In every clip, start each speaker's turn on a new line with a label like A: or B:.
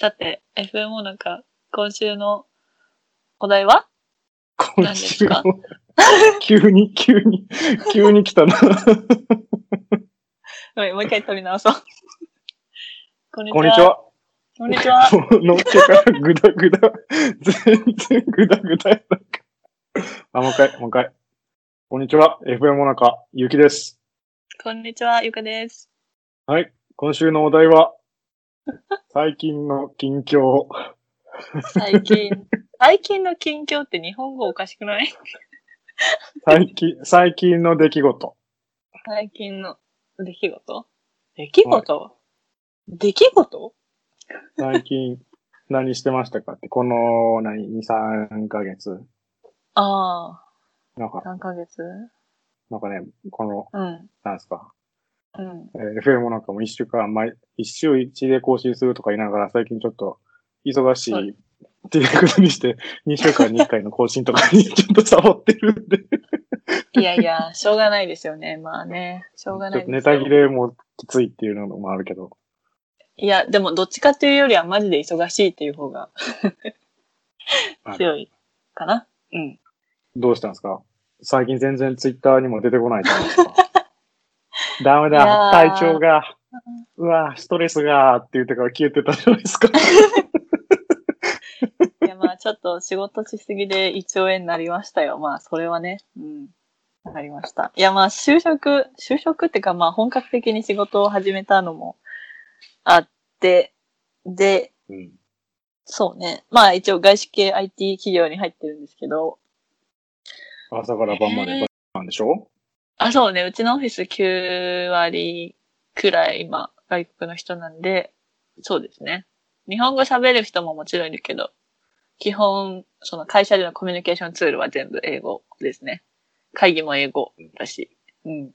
A: だって FMO なんか今週のお題は
B: 今週
A: 何
B: も、 急に、急に、急に来 たな。
A: ごめんもう一回取り直そう。 こんに
B: こんにち。は。
A: こんにちは。
B: もうのっけからぐだぐだ。全然ぐだぐだやなんか。あ、もう一回、もう一回。こんにちは。FM モナカ、ゆうきです。
A: こんにちは、ゆかです。
B: はい。今週のお題は、最近の近況。
A: 最近、最近の近況って日本語おかしくない
B: 最近、最近の出来事。
A: 最近の出来事出来事、出来事
B: 最近、何してましたかって、この、何、2、3ヶ月。
A: あ
B: なんか
A: あ、、3ヶ月
B: なんかね、この、
A: うん。
B: なんですか。
A: うん。
B: えー FM なんかも一週間、毎、一週一で更新するとか言いながら、最近ちょっと忙し
A: はい
B: いっていうことにして、2週 間に1回の更新とかにちょっとサボってるんで、ち
A: いやいや、しょうがないですよね。まあね、しょう
B: ょ
A: が
B: っ
A: な
B: と
A: いですよ
B: ネタ切れもきついっていうのもあるけど、
A: いや、でもどっちかというよりはマジで忙しいっていう方が
B: はい
A: 強いかな。うん。
B: どうしたんですか最近全然ツイッターにも出てこないじゃないです か。ダメ
A: いや
B: だ、
A: ー
B: 体調が、うわ、ストレスが、って言ってから消えてたじゃないで すか。
A: いや、まあちょっと仕事しすぎで胃腸炎になりましたよ。まあそれはね。うん。なりました。いや、まあ就職、就職ってかまあ本格的に仕事を始めたのもあって、で、
B: うん。
A: そうね。まあ一応外資系 IT 企業に入ってるんですけど、
B: 朝から晩までバスなんでしょ、
A: あ、そうね。うちのオフィス9割くらい今、外国の人なんで、そうですね。日本語喋る人ももちろんいるけど、基本、その会社でのコミュニケーションツールは全部英語ですね。会議も英語だし。うん。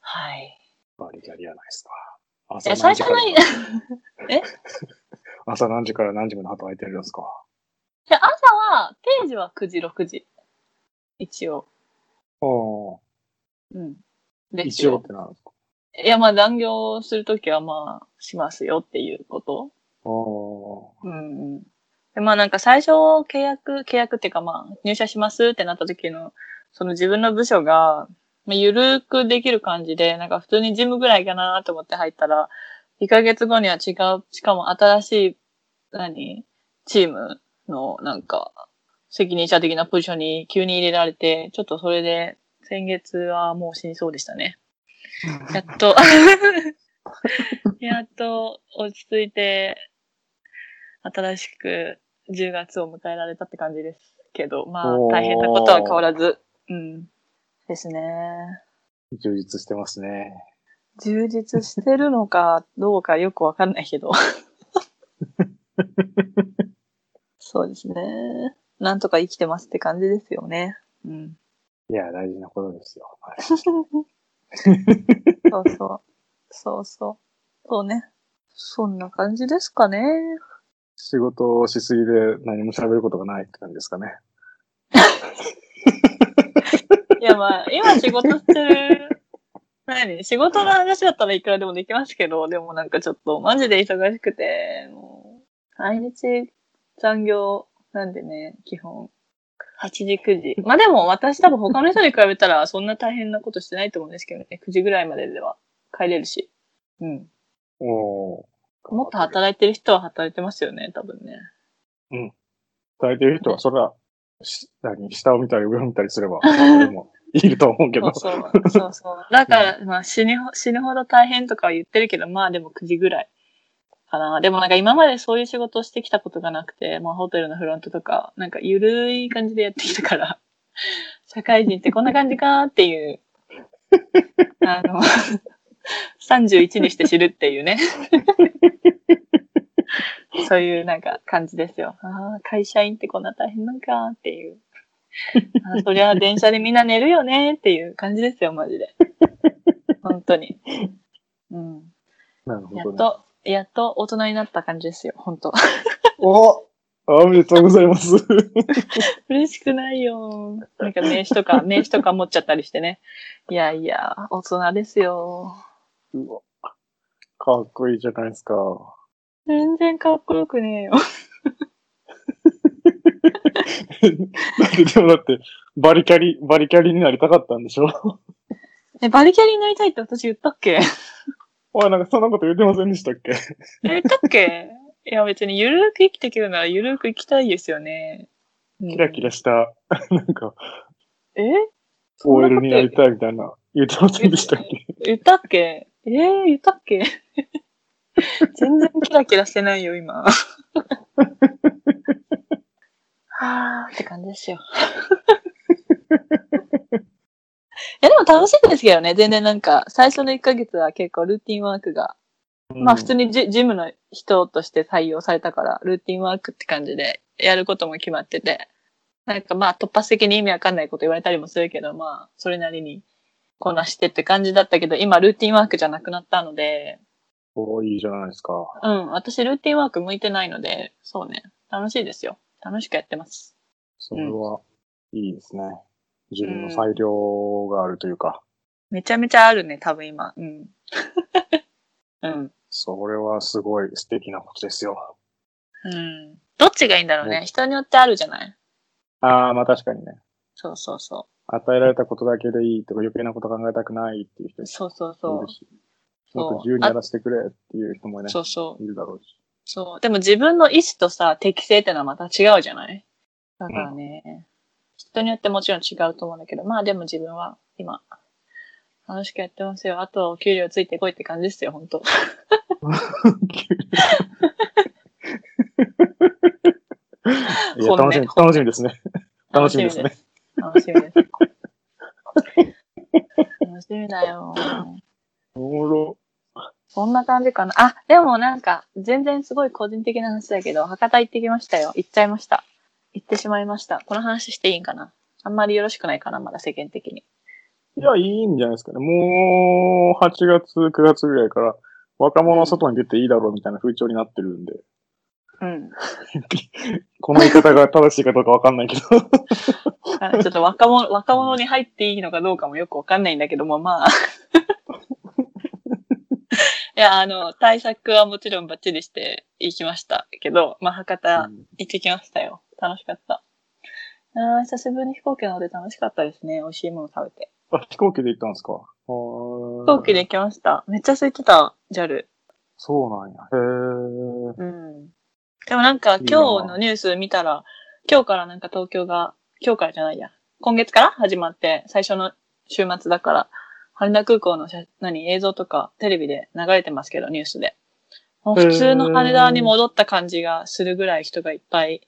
A: はい。
B: バリキャリアないですか。
A: い
B: 朝
A: や、最
B: 何時
A: 初
B: から
A: の、い や、
B: 朝何時から何時まで働いてるんですか
A: 朝は、定時は9時、6時。一応。
B: お
A: うん。
B: ー
A: です
B: 一応
A: よ
B: っ。てなんですか
A: いや、まあ、残業するときは、まあ、しますよっていうこと。
B: お
A: うんうん。で、まあなんか最初契約、契約っていうかまあ入社しますってなった時の、その自分の部署が、まあ、ゆるくできる感じで、なんか普通にジムぐらいかなと思って入ったら、2ヶ月後には違う、しかも新しい、何チームのなんか、責任者的なポジションに急に入れられて、ちょっとそれで、先月はもう死にそうでしたね。やっと、やっと落ち着いて、新しく10月を迎えられたって感じですけど、まあ
B: おー
A: 大変なことは変わらず、うん。ですね。
B: ー充実してますね。
A: 充実してるのかどうかよくわかんないけ ど。そうですね。なんとか生きてますって感じですよね。うん。
B: いや、大事なことですよ。はい
A: そうそう。そうそう。そうね。そんな感じですかね。
B: 仕事をしすぎで何も喋ることがないって感じですかね。
A: いやまあ、今仕事してる、何仕事の話だったらいくらでもできますけど、でもなんかちょっとマジで忙しくて、もう、毎日残業なんでね、基本。8時、9時。まあでも私多分他の人に比べたらそんな大変なことしてないと思うんですけどね、9時ぐらいまででは帰れるし。うん。
B: おー
A: もっと働いてる人は働いてますよね、多分ね。
B: 働いてる人は、それは、し何下を見たり上を見たり すれば、俺もいると思うけ
A: そ
B: ど
A: う。そう。そうそう。だから、まあ死にほ、死ぬほど大変とかは言ってるけど、まあでも9時ぐらいかな。でもなんか今までそういう仕事をしてきたことがなくて、まあホテルのフロントとか、なんかゆるい感じでやってきたから、社会人ってこんな感じかっていう、あの、31にして知るっていうね。そういうなんか感じですよ。ああ、会社員ってこんな大変なんかっていう。あーそりゃ電車でみんな寝るよねっていう感じですよ、マジ で。本当に。うん。
B: なるほ
A: や
B: ど、
A: っ
B: ね。
A: と、やっと大人になった感じですよ、本当
B: おおめでとうございます。
A: 嬉しくないよ。なんか名刺と か、名刺とか持っちゃったりしてね。いやいや、大人ですよ。
B: うわかっこいいじゃないですか。
A: 全然かっこよくねえよ。
B: だってでもだって、バリキャリ、バリキャリになりたかったんでしょ
A: え、バリキャリになりたいって私言ったっけ
B: おい、なんかそんなこと言ってませんでしたっけ
A: 言ったっけいや別にゆるーく生きていけるならゆるーく生きたいですよね。
B: キラキラした、なんか、
A: え
B: OL になり
A: い。
B: たいみたいな、言ってませんでしたっけ
A: 言ったっけえー、言ったっけ 全然キラキラしてないよ、今。はーって感じ ですよ。いやでも楽しいですけどね、全然なんか、最初の1ヶ月は結構ルーティンワークが、まあ普通
B: に。
A: にジジムの人として採用されたから、ルーティンワークって感じで、やることも決まってて、なんかまあ突発的に意味わかんないこと言われたりもするけど、まあそれなりにこなしてって感じだったけど、今ルーティンワークじゃなくなったので、
B: おいいじゃないですか。
A: うん、私ルーティンワーク向いてないので、そうね、楽しいですよ。楽しくやってます。
B: それは、いいですね。自分の裁量があるというか、
A: めちゃめちゃあるね、多分今。うん。 うん。
B: それはすごい素敵なことですよ。
A: うん。どっちがいいんだろうね。人によってあるじゃない
B: ああ、まあ確かにね。
A: そうそうそ
B: 与えられたことだけでいいとか余計なこと考えたくないっていう人
A: う。
B: も
A: そうそう
B: い
A: そう
B: る。し、もっと
A: そ
B: 自由
A: う
B: にや
A: あ
B: らせてくれっていう人もね、
A: そうそう。
B: いるだろう し。
A: そう。でも自分の意思とさ、適性ってのはまた違うじゃないだからね、人によってもちろん違うと思うんだけど、まあでも自分は今、楽しくやってますよ。あとはお給料ついてこいって感じですよ、本当
B: いや
A: 本音
B: 楽しみ、楽しみですね。楽しみですね。
A: 楽しみです。楽しみです。楽しみだよ。
B: おもろ。
A: そんな感じかな。あ、でもなんか、全然すごい個人的な話だけど、博多行ってきましたよ。行っちゃいました。行ってしまいました。この話していいんかなあんまりよろしくないかな、まだ世間的に。
B: いや、いいんじゃないですかね。もう、8月、9月ぐらいから、若者は外に出ていいだろうみたいな風潮になってるんで、
A: うん。
B: この言い方が正しいかどうかわかんないけど、
A: あちょっと若者、若者に入っていいのかどうかもよくわかんないんだけども、まあ。いや、あの、対策はもちろんバッチリして行きましたけど、まあ、博多行ってきましたよ。楽しかった。あー久しぶりに飛行機なので楽しかったですね。美味しいもの食べて。
B: あ飛行機で行ったんですか飛
A: 飛行機で行きました。めっちゃ空いてた、JAL。
B: そうなんや。へえ。
A: うん。でもなんか
B: いいな
A: 今日のニュース見たら、今日からなんか東京が、今日からじゃないや。今月から始まって、最初の週末だから、羽田空港の写何映像とかテレビで流れてますけど、ニュースで。もう普通の羽田に戻った感じがするぐらい人がいっぱい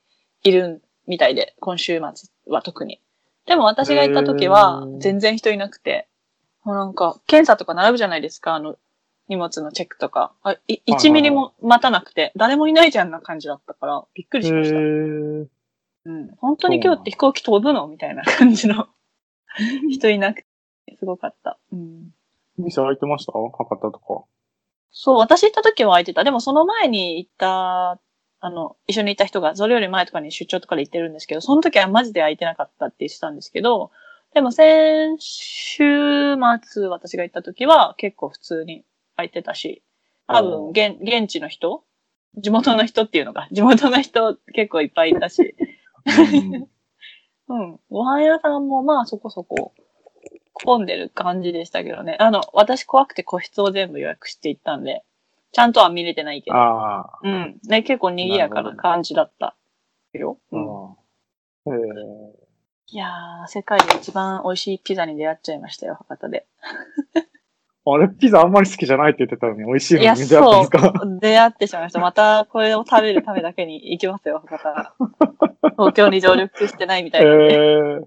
A: いるみたいで、今週末は特に。でも私が行った時は
B: へー
A: 全然人いなくて、もうなんか検査とか並ぶじゃないですか、あの荷物のチェックとか。あい
B: はいはい
A: 1ミリも待たなくて、誰もいないじゃんな感じだったから、びっくりしました。
B: へ
A: うん、本当に今日って飛行機飛ぶのみたいな感じの人いなくて、すごかった。うん
B: え。店開いてました博多と か。
A: そう、私行った時は空いてた。でもその前に行った、あの、一緒に行った人が、それより前とかに出張とかで行ってるんですけど、その時はマジで空いてなかったって言ってたんですけど、でも先週末私が行った時は結構普通に空いてたし、多分
B: お
A: 現現地の人地元の人っていうのか。地元の人結構いっぱいいたし。
B: うん
A: うん。ご飯屋さんもまあそこそこ混んでる感じでしたけどね。あの、私怖くて個室を全部予約していったんで、ちゃんとは見れてないけど。
B: ああ。
A: うん。ね、結構賑やかな感じだったよ。
B: う
A: うん。
B: ん。へえ。
A: いやー、世界で一番美味しいピザに出会っちゃいましたよ、博多で。
B: あれ、ピザあんまり好きじゃないって言ってたのに、美味しいの
A: いや
B: に出会ったんですか
A: 出会ってしまいました。またこれを食べるためだけに行きますよ、博多。 東京に上陸してないみたい
B: え
A: な。
B: えー、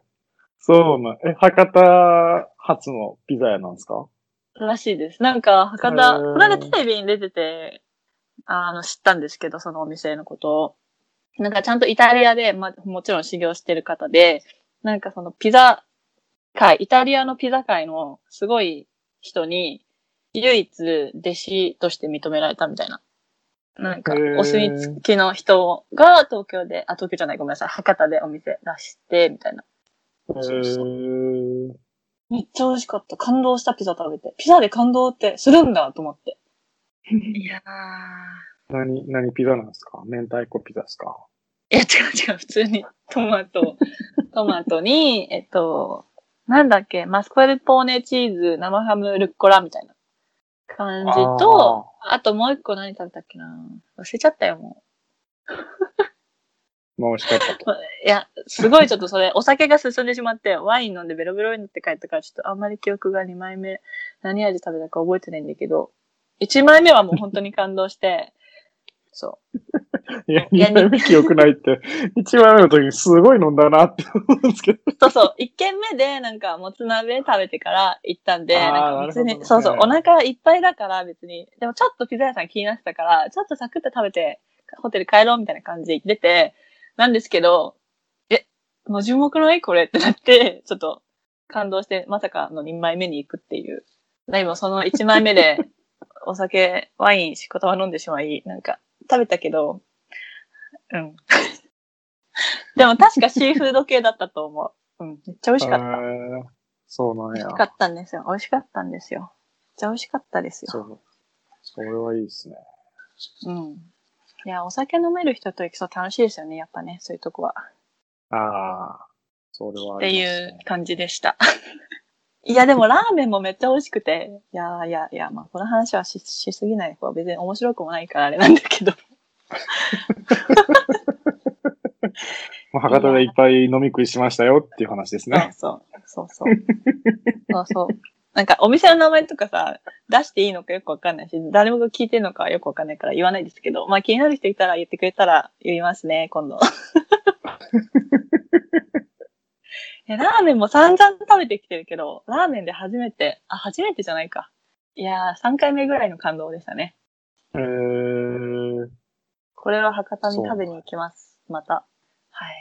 B: そうなん。え、博多発のピザ屋なんですから
A: しいです。なんか、博
B: へ
A: 多、
B: ー
A: この間テレビに出てて、あの、知ったんですけど、そのお店のことを。なんか、ちゃんとイタリアで、まあ、もちろん修行してる方で、なんかそのピザ界、イタリアのピザ界のすごい人に、唯一弟子として認められたみたいな。なんか
B: へ、ー
A: お墨付きの人が東京で、あ、東京じゃない、ごめんなさい、博多でお店出して、みたいな。そうそう
B: ー、
A: めっちゃ美味しかった。感 動したピザ食べて。ピザで感動ってするんだと思って。いやー、
B: 何、何ピザなんですか明太子ピザですか
A: いや、違う違う、普通にトマ ト、トマトに、えっと、なんだっけ、マスカルポーネチーズ、生ハム、ルッコラみたいな感じと、あともう一個何食べたっけな忘れちゃったよ、も
B: まあ美味しかった と。
A: う。いや、すごいちょっとそれ、お酒が進んでしまって、ワイン飲んでベロベロになって帰ったから、ちょっとあんまり記憶が2枚目、何味食べたか覚えてないんだけど、1枚目はもう本当に感動して、そう。
B: いや、
A: いや
B: 2回目記憶ないって、1枚目の時にすごい飲んだなって思うんですけど。
A: そうそう。一軒目で、なんか、もつ鍋食べてから行ったんで、
B: あー
A: なんか別
B: な
A: に、
B: るほど
A: そうそう、
B: は
A: お
B: い
A: 腹いっぱいだから別に、でもちょっとピザ屋さん気になってたから、ちょっとサクッと食べて、ホテル帰ろうみたいな感じで出て、なんですけど、え、もう注目の絵これってなって、ちょっと感動して、まさかの2枚目に行くっていう。でもその1枚目で、お酒、 ワイン、しこたま飲んでしまい、なんか、食べたけど、うん。 でも確かシーフード系だったと思う。うん、めっちゃ美味しかった。
B: へーそうなん
A: 美味
B: や
A: し。かったんですよ。美味しかったんですよ。めっちゃ美味しかったです
B: そ
A: よ。
B: う。それはいいですね。
A: うん。いや、お酒飲める人と行くと楽しいですよね、やっぱね、そういうとこは。
B: ああ、それは
A: っ
B: あ
A: て
B: り
A: い
B: ます、ね。
A: う感じでした。 いや、でもラーメンもめっちゃ美味しくて。いやいやいや、まあ、この話はししすぎない方は別に面白くもないからあれなんだけど。
B: まあ博多でいっぱい飲み食いしましたよっていう話ですね。
A: そうそう。そう そう。そうそう。なんかお店の名前とかさ、出していいのかよくわかんないし、誰もが聞いてるのかはよくわかんないから言わないですけど、まあ気になる人いたら言ってくれたら言いますね、今 度。いやラーメンも散々食べてきてるけど、ラーメンで初めて、あ、初めてじゃないか。いやー、3回目ぐらいの感動でしたね。
B: えー、
A: これは博多に食べに行きます。また。はい。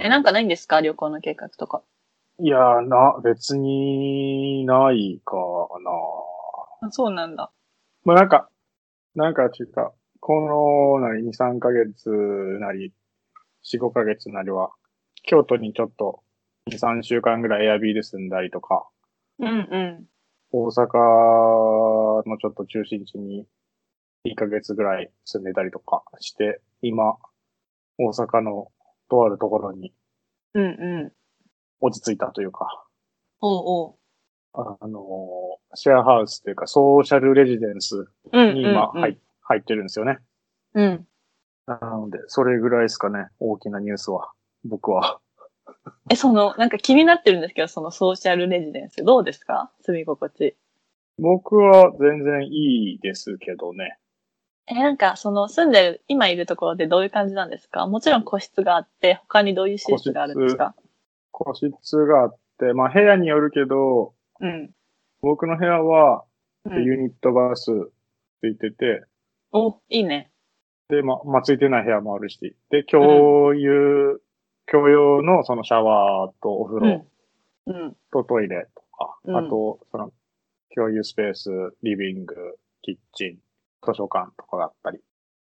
A: え、なんかないんですか旅行の計画とか。
B: いやー、な、別にないかな。
A: あそうなんだ。
B: まあなんか、なんかっていうか、この、なり、2、3ヶ月なり、4、5ヶ月なりは、京都にちょっと、2、3週間ぐらいエアビーで住んだりとか、
A: うんうん。
B: 大阪のちょっと中心地に1ヶ月ぐらい住んでたりとかして、今、大阪のとあるところに
A: うんうん。
B: 落ち着いたというか、
A: おうおう。
B: あの、シェアハウスというかソーシャルレジデンス
A: うん
B: に今入,、入ってるんですよね。
A: うん。
B: なので、それぐらいですかね、大きなニュースは、僕は。
A: え、その、なんか気になってるんですけど、そのソーシャルレジデンス、どうですか住み心地。
B: 僕は全然いいですけどね。
A: え、なんか、その住んでる、今いるところでどういう感じなんですかもちろん個室があって、他にどういう施設があるんですか
B: 個室があって、まあ部屋によるけど、
A: うん。
B: 僕の部屋は
A: う
B: で
A: ん、
B: ユニットバスついてて、
A: お、いいね。
B: で、ま、まあ、ついてない部屋もあるし、で、共有、共用のそのシャワーとお風
A: うん
B: 呂。
A: うん。
B: とトイレとか、
A: うん
B: あと、その、共有スペース、リビング、キッチン、図書館とかがあったり、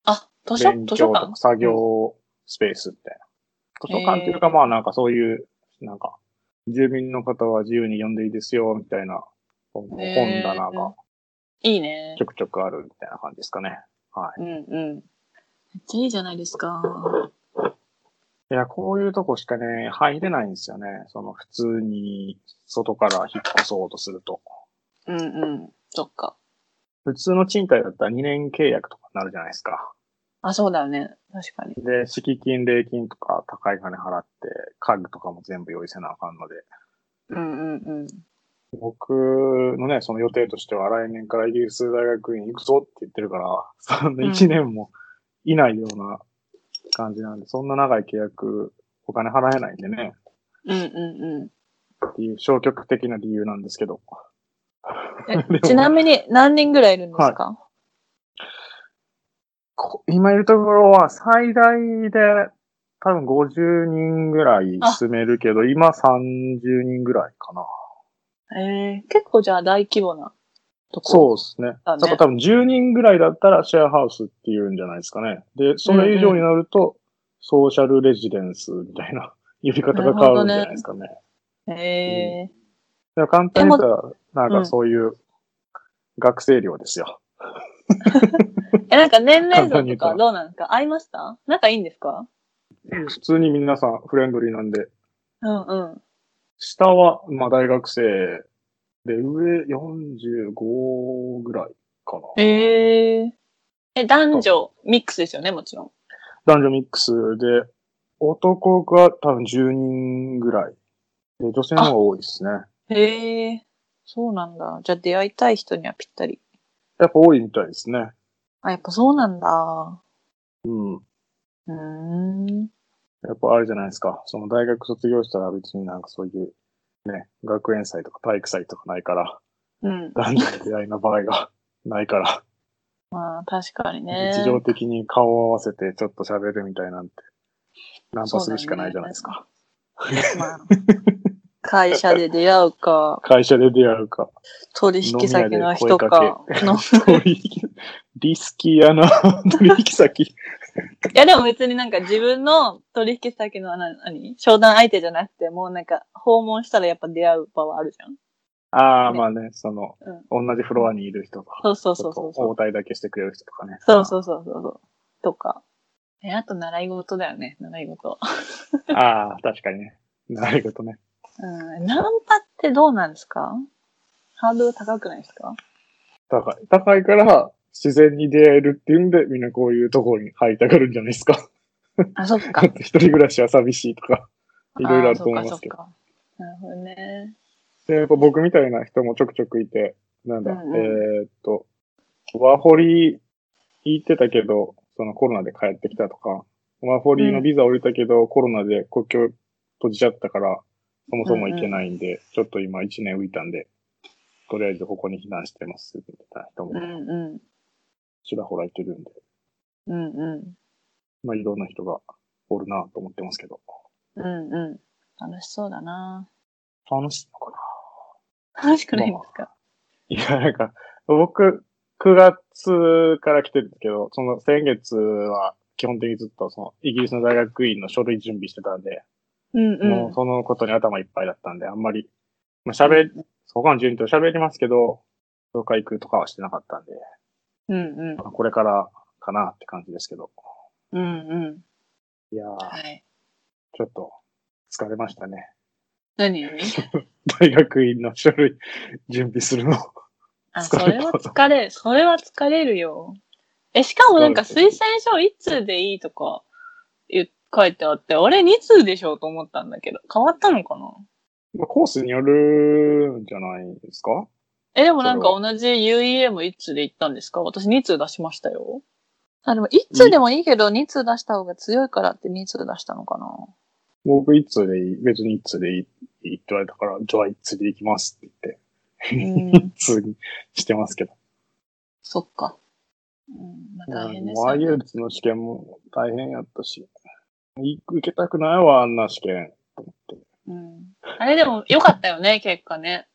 A: あ、図書、
B: 勉
A: 図
B: 強
A: 書
B: と
A: 館
B: か作業スペースみたいな。図書館っていうか、まあなんかそういう、なんか、住民の方は自由に読んでいいですよ、みたいな、本
A: へー
B: 棚が
A: いいね
B: ちょ。くちょくあるみたいな感じですかね。はい。
A: うんうん。めっちゃいいじゃないですか。
B: いや、こういうとこしかね、入れないんですよね。その、普通に、外から引っ越そうとすると。
A: うんうん。そっか。
B: 普通の賃貸だったら2年契約とかになるじゃないですか。
A: あ、そうだよね。確かに。
B: で、敷金、礼金とか高い金払って、家具とかも全部用意せなあかんので。
A: うんうんうん。
B: 僕のね、その予定としては来年からイギリス大学院行くぞって言ってるから、そんな1年もいないような感じなんで、そんな長い契約、お金払えないんでね、
A: うんうんうん。
B: っていう消極的な理由なんですけど。
A: えちなみに何人ぐらいいるんですか、
B: こ今いるところは最大で多分50人ぐらい住めるけど、今30人ぐらいかな。
A: えー結構じゃあ大規模なとこ
B: そうですね。
A: だね
B: だから多分10人ぐらいだったらシェアハウスっていうんじゃないですかね。で、それ以上になると、ソーシャルレジデンスみたいな 呼び方が変わるんじゃないですかね。
A: う。え
B: だから簡単に言ったら、なん
A: う
B: か
A: ん
B: そういう学生寮ですよ。
A: え、なんか年齢層と
B: 簡単に言う
A: か
B: と
A: どうなんですか合いました仲いいんですか
B: 普通に皆さんフレンドリーなんで、
A: うんうん。
B: 下は、まあ大学生で、上45ぐらいかな。
A: ええ。え、男女ミックスですよね、もちろん。
B: 男女ミックスで、男が多分10人ぐらい。で、女性の方が多いですね。
A: へえ。そうなんだ。じゃあ出会いたい人にはぴったり。
B: やっぱ多いみたいですね。
A: あ、やっぱそうなんだ。
B: うん。
A: うーん。
B: やっぱあれじゃないですか。その大学卒業したら別になんかそういう、ね、学園祭とか体育祭とかないから、
A: うん。
B: 男女の出会いの場合が ないから、
A: まあ、確かにね。
B: 日常的に顔を合わせてちょっと喋るみたいなんて、ナンパするしかないじゃないですか。
A: まあ、会社で出会うか、
B: 会社で出会うか。
A: 取引先の人か
B: 飲み屋で声か。
A: の
B: 取引リスキー やな、取引先。
A: いやでも別になんか自分の取引先のな何商談相手じゃなくて、もうなんか訪問したらやっぱ出会う場はあるじゃん。
B: ああ、
A: ね
B: まあね、その、同じフロアにいる人とか、
A: そうそう
B: ち
A: そう
B: ょっ
A: そ
B: と
A: うそ
B: 応
A: う。
B: 対だけしてくれる人とかね。
A: そうそうそうそうそう。とか。え、あと習い事だよね、習い事。
B: ああ、確かにね。なるほどね。
A: うん。ナンパってどうなんですかハードル高くないですか
B: 高い。高いから、自然に出会えるっていうんで、みんなこういうところに入りたがるんじゃないですか。
A: あ、そっ
B: だ
A: か
B: っ。て一人暮らしは寂しいとか、いろいろあると思いますけど。
A: あー。そっかそっかなるほどね。
B: で、やっぱ僕みたいな人もちょくちょくいて、なんだ、
A: うんうん
B: えーっと、ワーホリ行ってたけど、そのコロナで帰ってきたとか、ワーホリのビザ降りたけど、コロナで国境閉じちゃったから、そもそも行けないんで、ちょっと今1年浮いたんで、とりあえずここに避難してます、みたいな人
A: うん
B: も
A: う
B: ちらほらいてるんで。
A: ん。うんうん。
B: まあ、いろんな人がおるなと思ってますけど。
A: うんうん。楽しそうだな
B: 楽しいのかな
A: 楽しくないんですか
B: いや、なんか、僕、9月から来てるんですけど、その先月は基本的にずっとそのイギリスの大学院の書類準備してたんで、
A: うんう
B: も
A: ん
B: う。そのことに頭いっぱいだったんで、あんまり、まあ、喋り、他の順位と喋りますけど、どっか行くとかはしてなかったんで、
A: うんうん
B: ま。あこれからかなって感じですけど。
A: うんうん。
B: いやー、
A: はい。
B: ちょっと疲れましたね。
A: 何
B: 大学院の書類準備するの。
A: あ、
B: 疲れ
A: そ
B: た
A: れは疲れ、それは疲れるよ。え、しかもなんか
B: 疲れ
A: 推薦書1通でいいとか言う書いてあって、あれ2通でしょと思ったんだけど、変わったのかな
B: まあ、コースによるんじゃないですか
A: え、でもなんか
B: それ
A: 同じ UEM1 通で行ったんですか私2通出しましたよ。あ、でも1通でもいいけど2通出した方が強いからって2通出したのかな
B: 僕一通でいい、別に一通でいいいいって言われたから、じゃあ一通で行きますって
A: うん
B: 言って、一、通にしてますけど。
A: そっか。うん、まあ大変です
B: もうああ
A: よ
B: い
A: ね。
B: うの試験も大変やったし、い受けたくないわ、あんな試験。
A: うん。あれでも良かったよね、結果ね。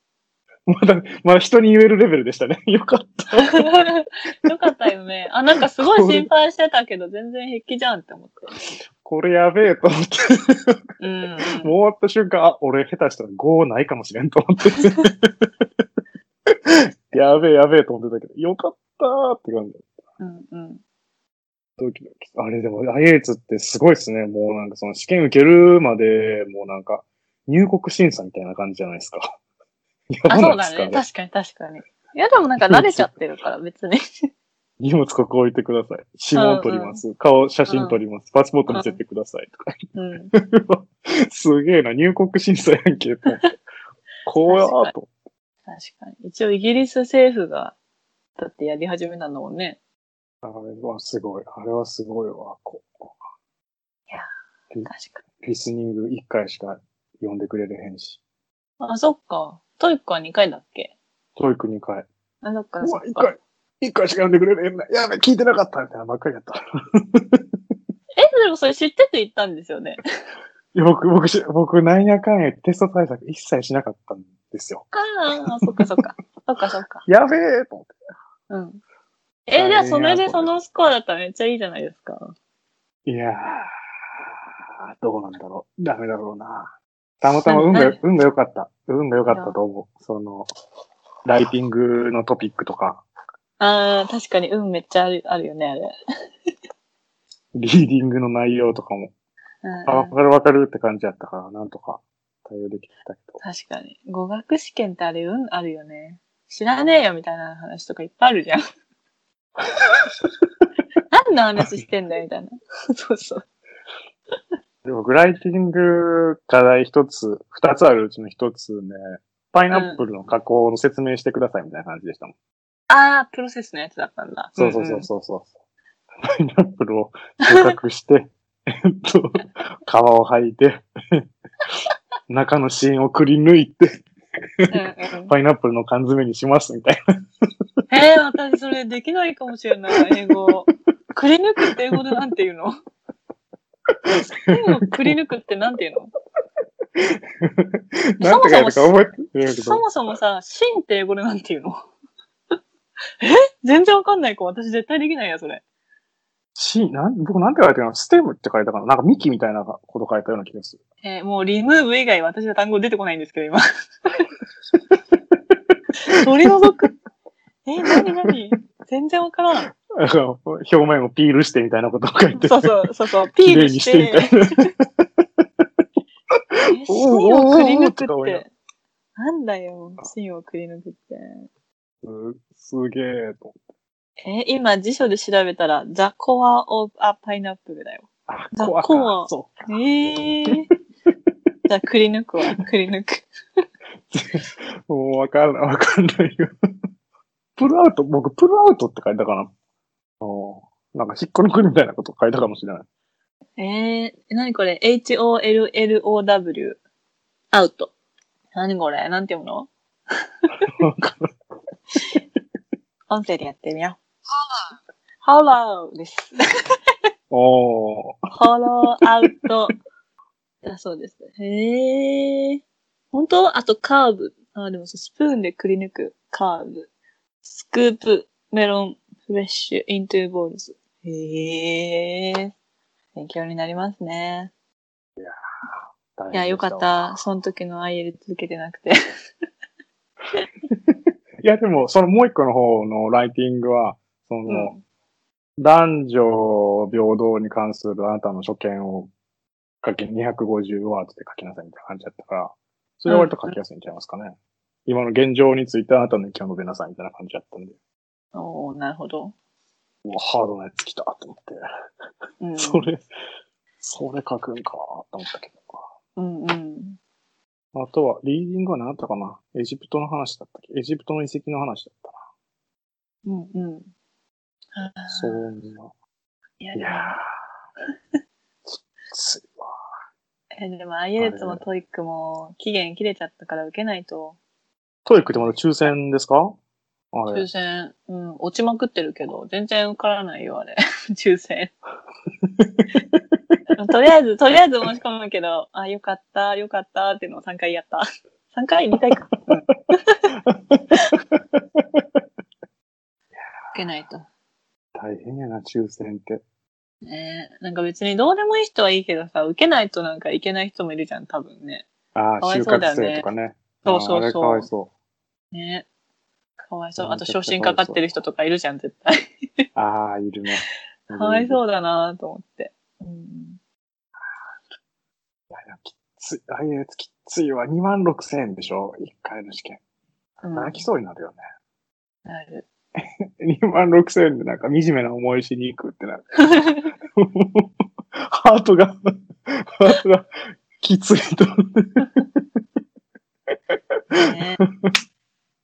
B: まだ、まだ人に言えるレベルでしたね。 よかった。
A: よかったよね。あ、なんかすごい心配してたけど、全然平気じゃんって思って。
B: これやべえと思って、
A: うん。
B: もう終わった瞬間、あ、俺下手したら5ないかもしれんと 思って。やべえやべえと思ってたけど、よかったーって感じ。
A: うんうん。
B: ドキドキ。あれでも、IELTS ってすごいですね。もうなんかその試験受けるまで、もうなんか入国審査みたいな感じじゃないですか。や
A: あ、
B: ば
A: そう
B: ない
A: だ
B: ですか、
A: ね。確かに確かに。いや、でもなんか慣れちゃってるから、別 に。
B: 荷物ここ置いてください。指紋取ります。顔、写真撮ります。パスポート見せてください。とか。
A: うん。
B: すげえな、入国審査やんけ。と思ってこうやーと。
A: 確かに。一応イギリス政府が、だってやり始めたんだもんね。
B: あれはすごい。あれはすごいわ。こ
A: 確か
B: うリスニング1回しか読んでくれれへんし。
A: に。あ、そっか。トイックは2回だっけ
B: トイック2回。
A: あ、そっか。
B: う
A: そ
B: わ、
A: っ
B: 1
A: か
B: 回。1回しか読んでくれれへんな。やべ、聞いてなかったみたいなばっかりやった。
A: え、でもそれ知ってて言ったんですよね。
B: いや僕、僕し、僕、なんやかんやテスト対策一切しなかったんですよ。
A: ああ、そっかそっ か。そっかそっか。
B: やべえと思って。
A: うん。え、じゃあそれでそのスコアだったらめっちゃいいじゃないですか。
B: いやー、どうなんだろう。ダメだろうな。たまたま運が
A: なんか、
B: 運が良かった。運が良かったと思う。その、ライティングのトピックとか、
A: ああ、確かに、運めっちゃあるあるよね、あれ。
B: リーディングの内容とかも、あ、
A: うんう
B: わ
A: ん、
B: かるわかるって感じやったから、なんとか対応できてたけど。
A: 確かに。語学試験ってあれ、運あるよね。知らねえよみたいな話とかいっぱいある じゃん。何の話してんだよみたいな。そうそう。
B: でも、グライティング課題一つ、二つあるうちの一つね、パイナップルの加工の説明してくださいみたいな感じでしたもん。
A: ああ、プロセスのやつだったんだ。
B: そうそうそ
A: ん
B: うそうそう。パイナップルを収穫して、 えっと、皮を剥いて、 中の芯をくり抜いて、
A: うんうん
B: パイナップルの缶詰にしますみたい
A: えー、私それできないかもしれない、英語。くり抜くって英語でなんて言う の線をくり抜くってなんて言う
B: な。
A: そもそも
B: なんて書いてあるか覚えてる
A: の
B: け
A: そ
B: ど、
A: もそもさ、芯って英語でなんて言うの え全然わかんない子、私絶対できないや、それ。
B: 芯、なん、僕なんて書いてあるのステムって書いたかななんか幹みたいなこと書いたような気がする。
A: えーもうリムーブ以外私は単語出てこないんですけ ど、今。取り除く。えー、なになに全然わからん。
B: だから表面をピールしてみたいなことを書いて
A: そうそう、そう そう、ピ
B: 綺
A: ー
B: 麗
A: ルし
B: にしてみ
A: て
B: た。いな。
A: え芯をくり抜くって。なんだよ、芯をくり抜くって。
B: すすげえと。
A: え、今辞書で調べたら、The Core of a Pineapple だよ。
B: あ、
A: ザ
B: 怖
A: コア
B: かそう
A: えー。じゃあ、くり抜くわ、くり抜く。
B: もうわかんない、わかんないよ。プルアウト、僕、プルアウトって書いたかな。あーなんか、引っこ抜くみたいなこと書いたかもしれない。
A: えー、なにこれ ?h-o-l-l-o-w。アウト。なにこれなんて読むの
B: わかんない
A: 音声でやってみよう。Hollow です。
B: おー。
A: Hollow out だそうです。へえ。本当あとカーブ。あ、でもそうスプーンでくり抜く。カーブ。スクープ、メロン、フレッシュ、イントゥーボールズ。へえ。勉強になりますね。
B: 大変
A: いや、よかっ
B: でした。
A: た。その時の IL 続けてなくて。
B: いや、でも、そのもう一個の方のライティングは、その、
A: うん
B: 男女平等に関するあなたの所見を書き、250ワードで書きなさいみたいな感じだったから、それは割と書きやすいんちゃいますかね。今の現状についてあなたの意見を述べなさいみたいな感じだったんで、
A: おおなるほど。
B: うわ、ハードなやつ来たと思って、
A: うん。
B: それ、それ書くんかと思ったけ
A: うんうん。
B: ど。あとは、リーディングは何だったかなエジプトの話だったっけエジプトの遺跡の話だった
A: うんうん。
B: な。そんな。
A: いや
B: い
A: で
B: や
A: も
B: ー、 きついわ。
A: えでも IELTS も TOEIC も期限切れちゃったから受けないと。
B: トイックってまだ抽選ですかあれ
A: 抽。選、うん、落ちまくってるけど、全然受からないよ、あ れ。抽選。とりあえず、とりあえず申し込むけど、あ、よかった、よかったっていうのを3回やった。3回 ?2 回か。 うん受けないと。
B: 大変やな、抽選って。
A: ねえなんか別にどうでもいい人はいいけどさ、受けないとなんかいけない人もいるじゃん、多分ね。
B: あ
A: か
B: あ、
A: わ
B: 収
A: いそうだ
B: 穫
A: よね
B: 生とかね。
A: そうそうそう
B: あーあれかわいそ
A: ねかわいそう。
B: うん
A: あと昇進かかってる人とかいるじゃん、絶対。
B: う。ああ、いるね。。
A: かわいそううだなと思って。うん
B: きつい、ああいうやつきついわ。2万6千円でしょ ?1 回の試験。
A: うん。
B: 泣きそうになるよね。
A: なる。
B: 2万6千円でなんか惨めな思いしに行くってなる。ハートが、ハートがきついと。
A: ね。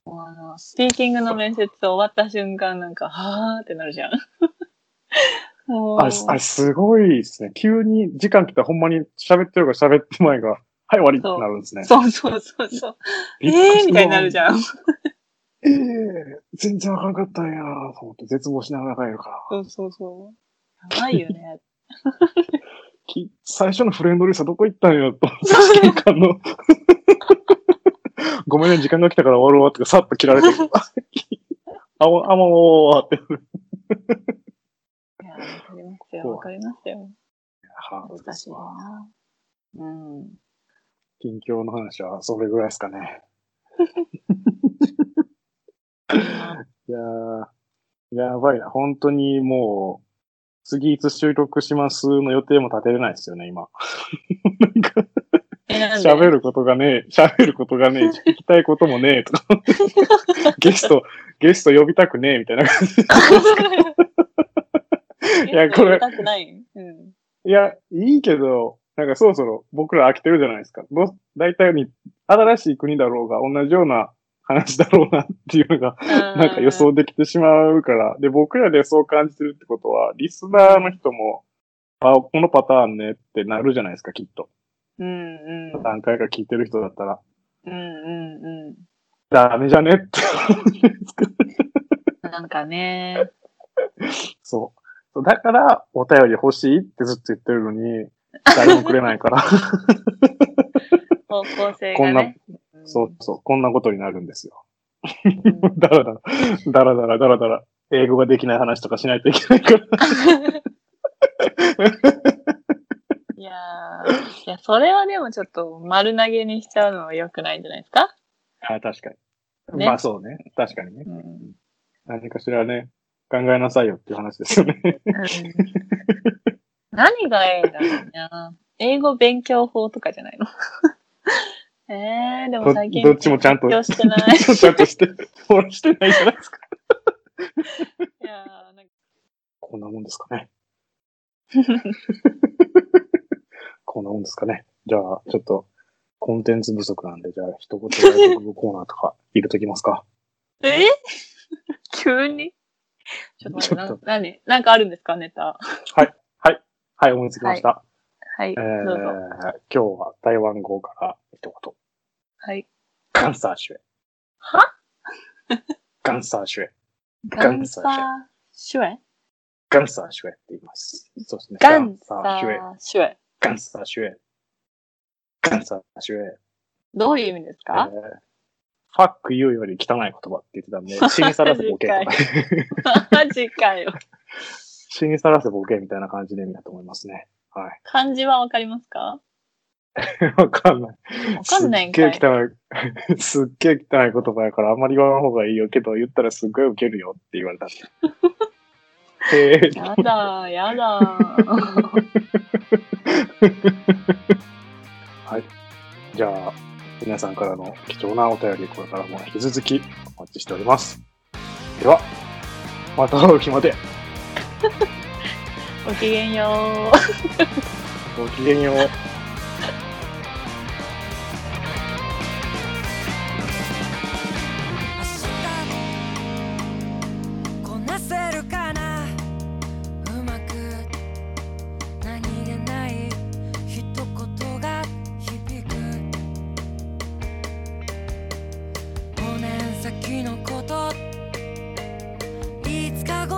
A: もうあの、スピーキングの面接終わった瞬間なんか、はーってなるじゃん。もう、
B: あれ、あれすごいですね。急に時間来たらほんまに喋ってるか喋ってないか、はい終わりってなるんですね。
A: そうそうそうそう。え
B: びっくりす
A: ー
B: る
A: みたいになるじゃん。
B: ええ全然わからんかったんやなと思って絶望しながら帰るから。
A: そうそうそう。やばいよね。
B: き最初のフレンドリーさどこ行ったんやと思って、試験官 の。ごめんね、時間が来たから終わるわって、さっと切られて。 あお、あもう、って。
A: いや、わかりますよ。
B: 怖い
A: わかりますよ。難しいな。うん。
B: 近況の話はそれぐらいです かね。いやー、やばいな。本当にもう、次いつ収録しますの予定も立てれないですよね、今。なんか、
A: え、なんで
B: 喋ることがねえ、喋ることがねえ、聞きたいこともねえ、とか。 ゲスト、ゲスト呼びたくねえ、みたいな感じ。
A: い
B: いやこれ
A: たくない。うん。
B: いや、いいけど、なんかそろそろ僕ら飽きてるじゃないですか。どう大体に、新しい国だろうが、同じような話だろうなっていうのが、
A: な
B: なんか予想できてしまうから。で、僕らでそう感じてるってことは、リスナーの人も、あ、このパターンねってなるじゃないですか、きっと。
A: うんうん。うん
B: 何回か聞いてる人だったら、
A: うんう
B: ダメじゃねって。
A: ん。なんかね。
B: そう。そうだから、お便り欲しいってずっと言ってるのに、誰もくれない から、
A: 方向性
B: こん
A: が
B: な
A: ね。ん
B: そうそう、こんなことになるんですよ。
A: うん
B: だらだら、だらだら、だらだら、英語ができない話とかしないといけないから。
A: いやーいや、それはでもちょっと丸投げにしちゃうのは良くないんじゃないですか、
B: あ、確かに。
A: ね
B: まあそうね。確かにね。
A: うんうん
B: 何かしらね、考えなさいよっていう話ですよね。
A: 何がいいんだろうな。英語勉強法とかじゃないの えー、でも
B: ど
A: 最近
B: どっちもちゃんと
A: 勉強してない。い
B: ちゃんとして、フォローしてないじゃないですか。
A: やーなんか
B: こんなもんですかね。こんなもんですかね。じゃあ、ちょっと、コンテンツ不足なんで、じゃあ、一言外国語コーナーとか入れときますか。
A: え急にちょっと待って、
B: ちょ
A: な
B: っ
A: 何なんかあるんですかネタ。
B: はい、思いつきました。
A: はい、
B: えー
A: どうぞ。
B: 今日は台湾語から一言。
A: はい。
B: ガンサーシュエ。
A: は
B: ガンサーシュエ。
A: ガ
B: ガ
A: ン
B: ン
A: サ
B: サ
A: ー
B: ー
A: シュエ
B: ガンサーシュエって言います。そうですね。
A: ガンサ
B: ガンサーシュエ。
A: ーシュエ。
B: ガンサーシュエ。ガンサーシュエ。
A: どういう意味です
B: え
A: か、
B: ーファック言うより汚い言葉って言ってた んで、死にさらせボケとか、
A: マジかよ。
B: 死にさらせボケみたいな感じで意味だと思いますね。は
A: 漢字はわかりますか
B: い。 わかんない。
A: わかんないん
B: す
A: か
B: っ
A: い。
B: げえ汚い、 すっげえ汚い言葉やからあんまり言わん方がいいよけど、言ったらすっごいウケるよって言われた。 へえ
A: やだ、やだ。
B: じゃあ、皆さんからの貴重なお便り、これからも引き続きお待ちしております。では、また会う日まで、
A: ごきげんよう。
B: ごきげんよう。
C: 「こなせるかなうまく」「何気ない一言が響く」「5年先のこといつか5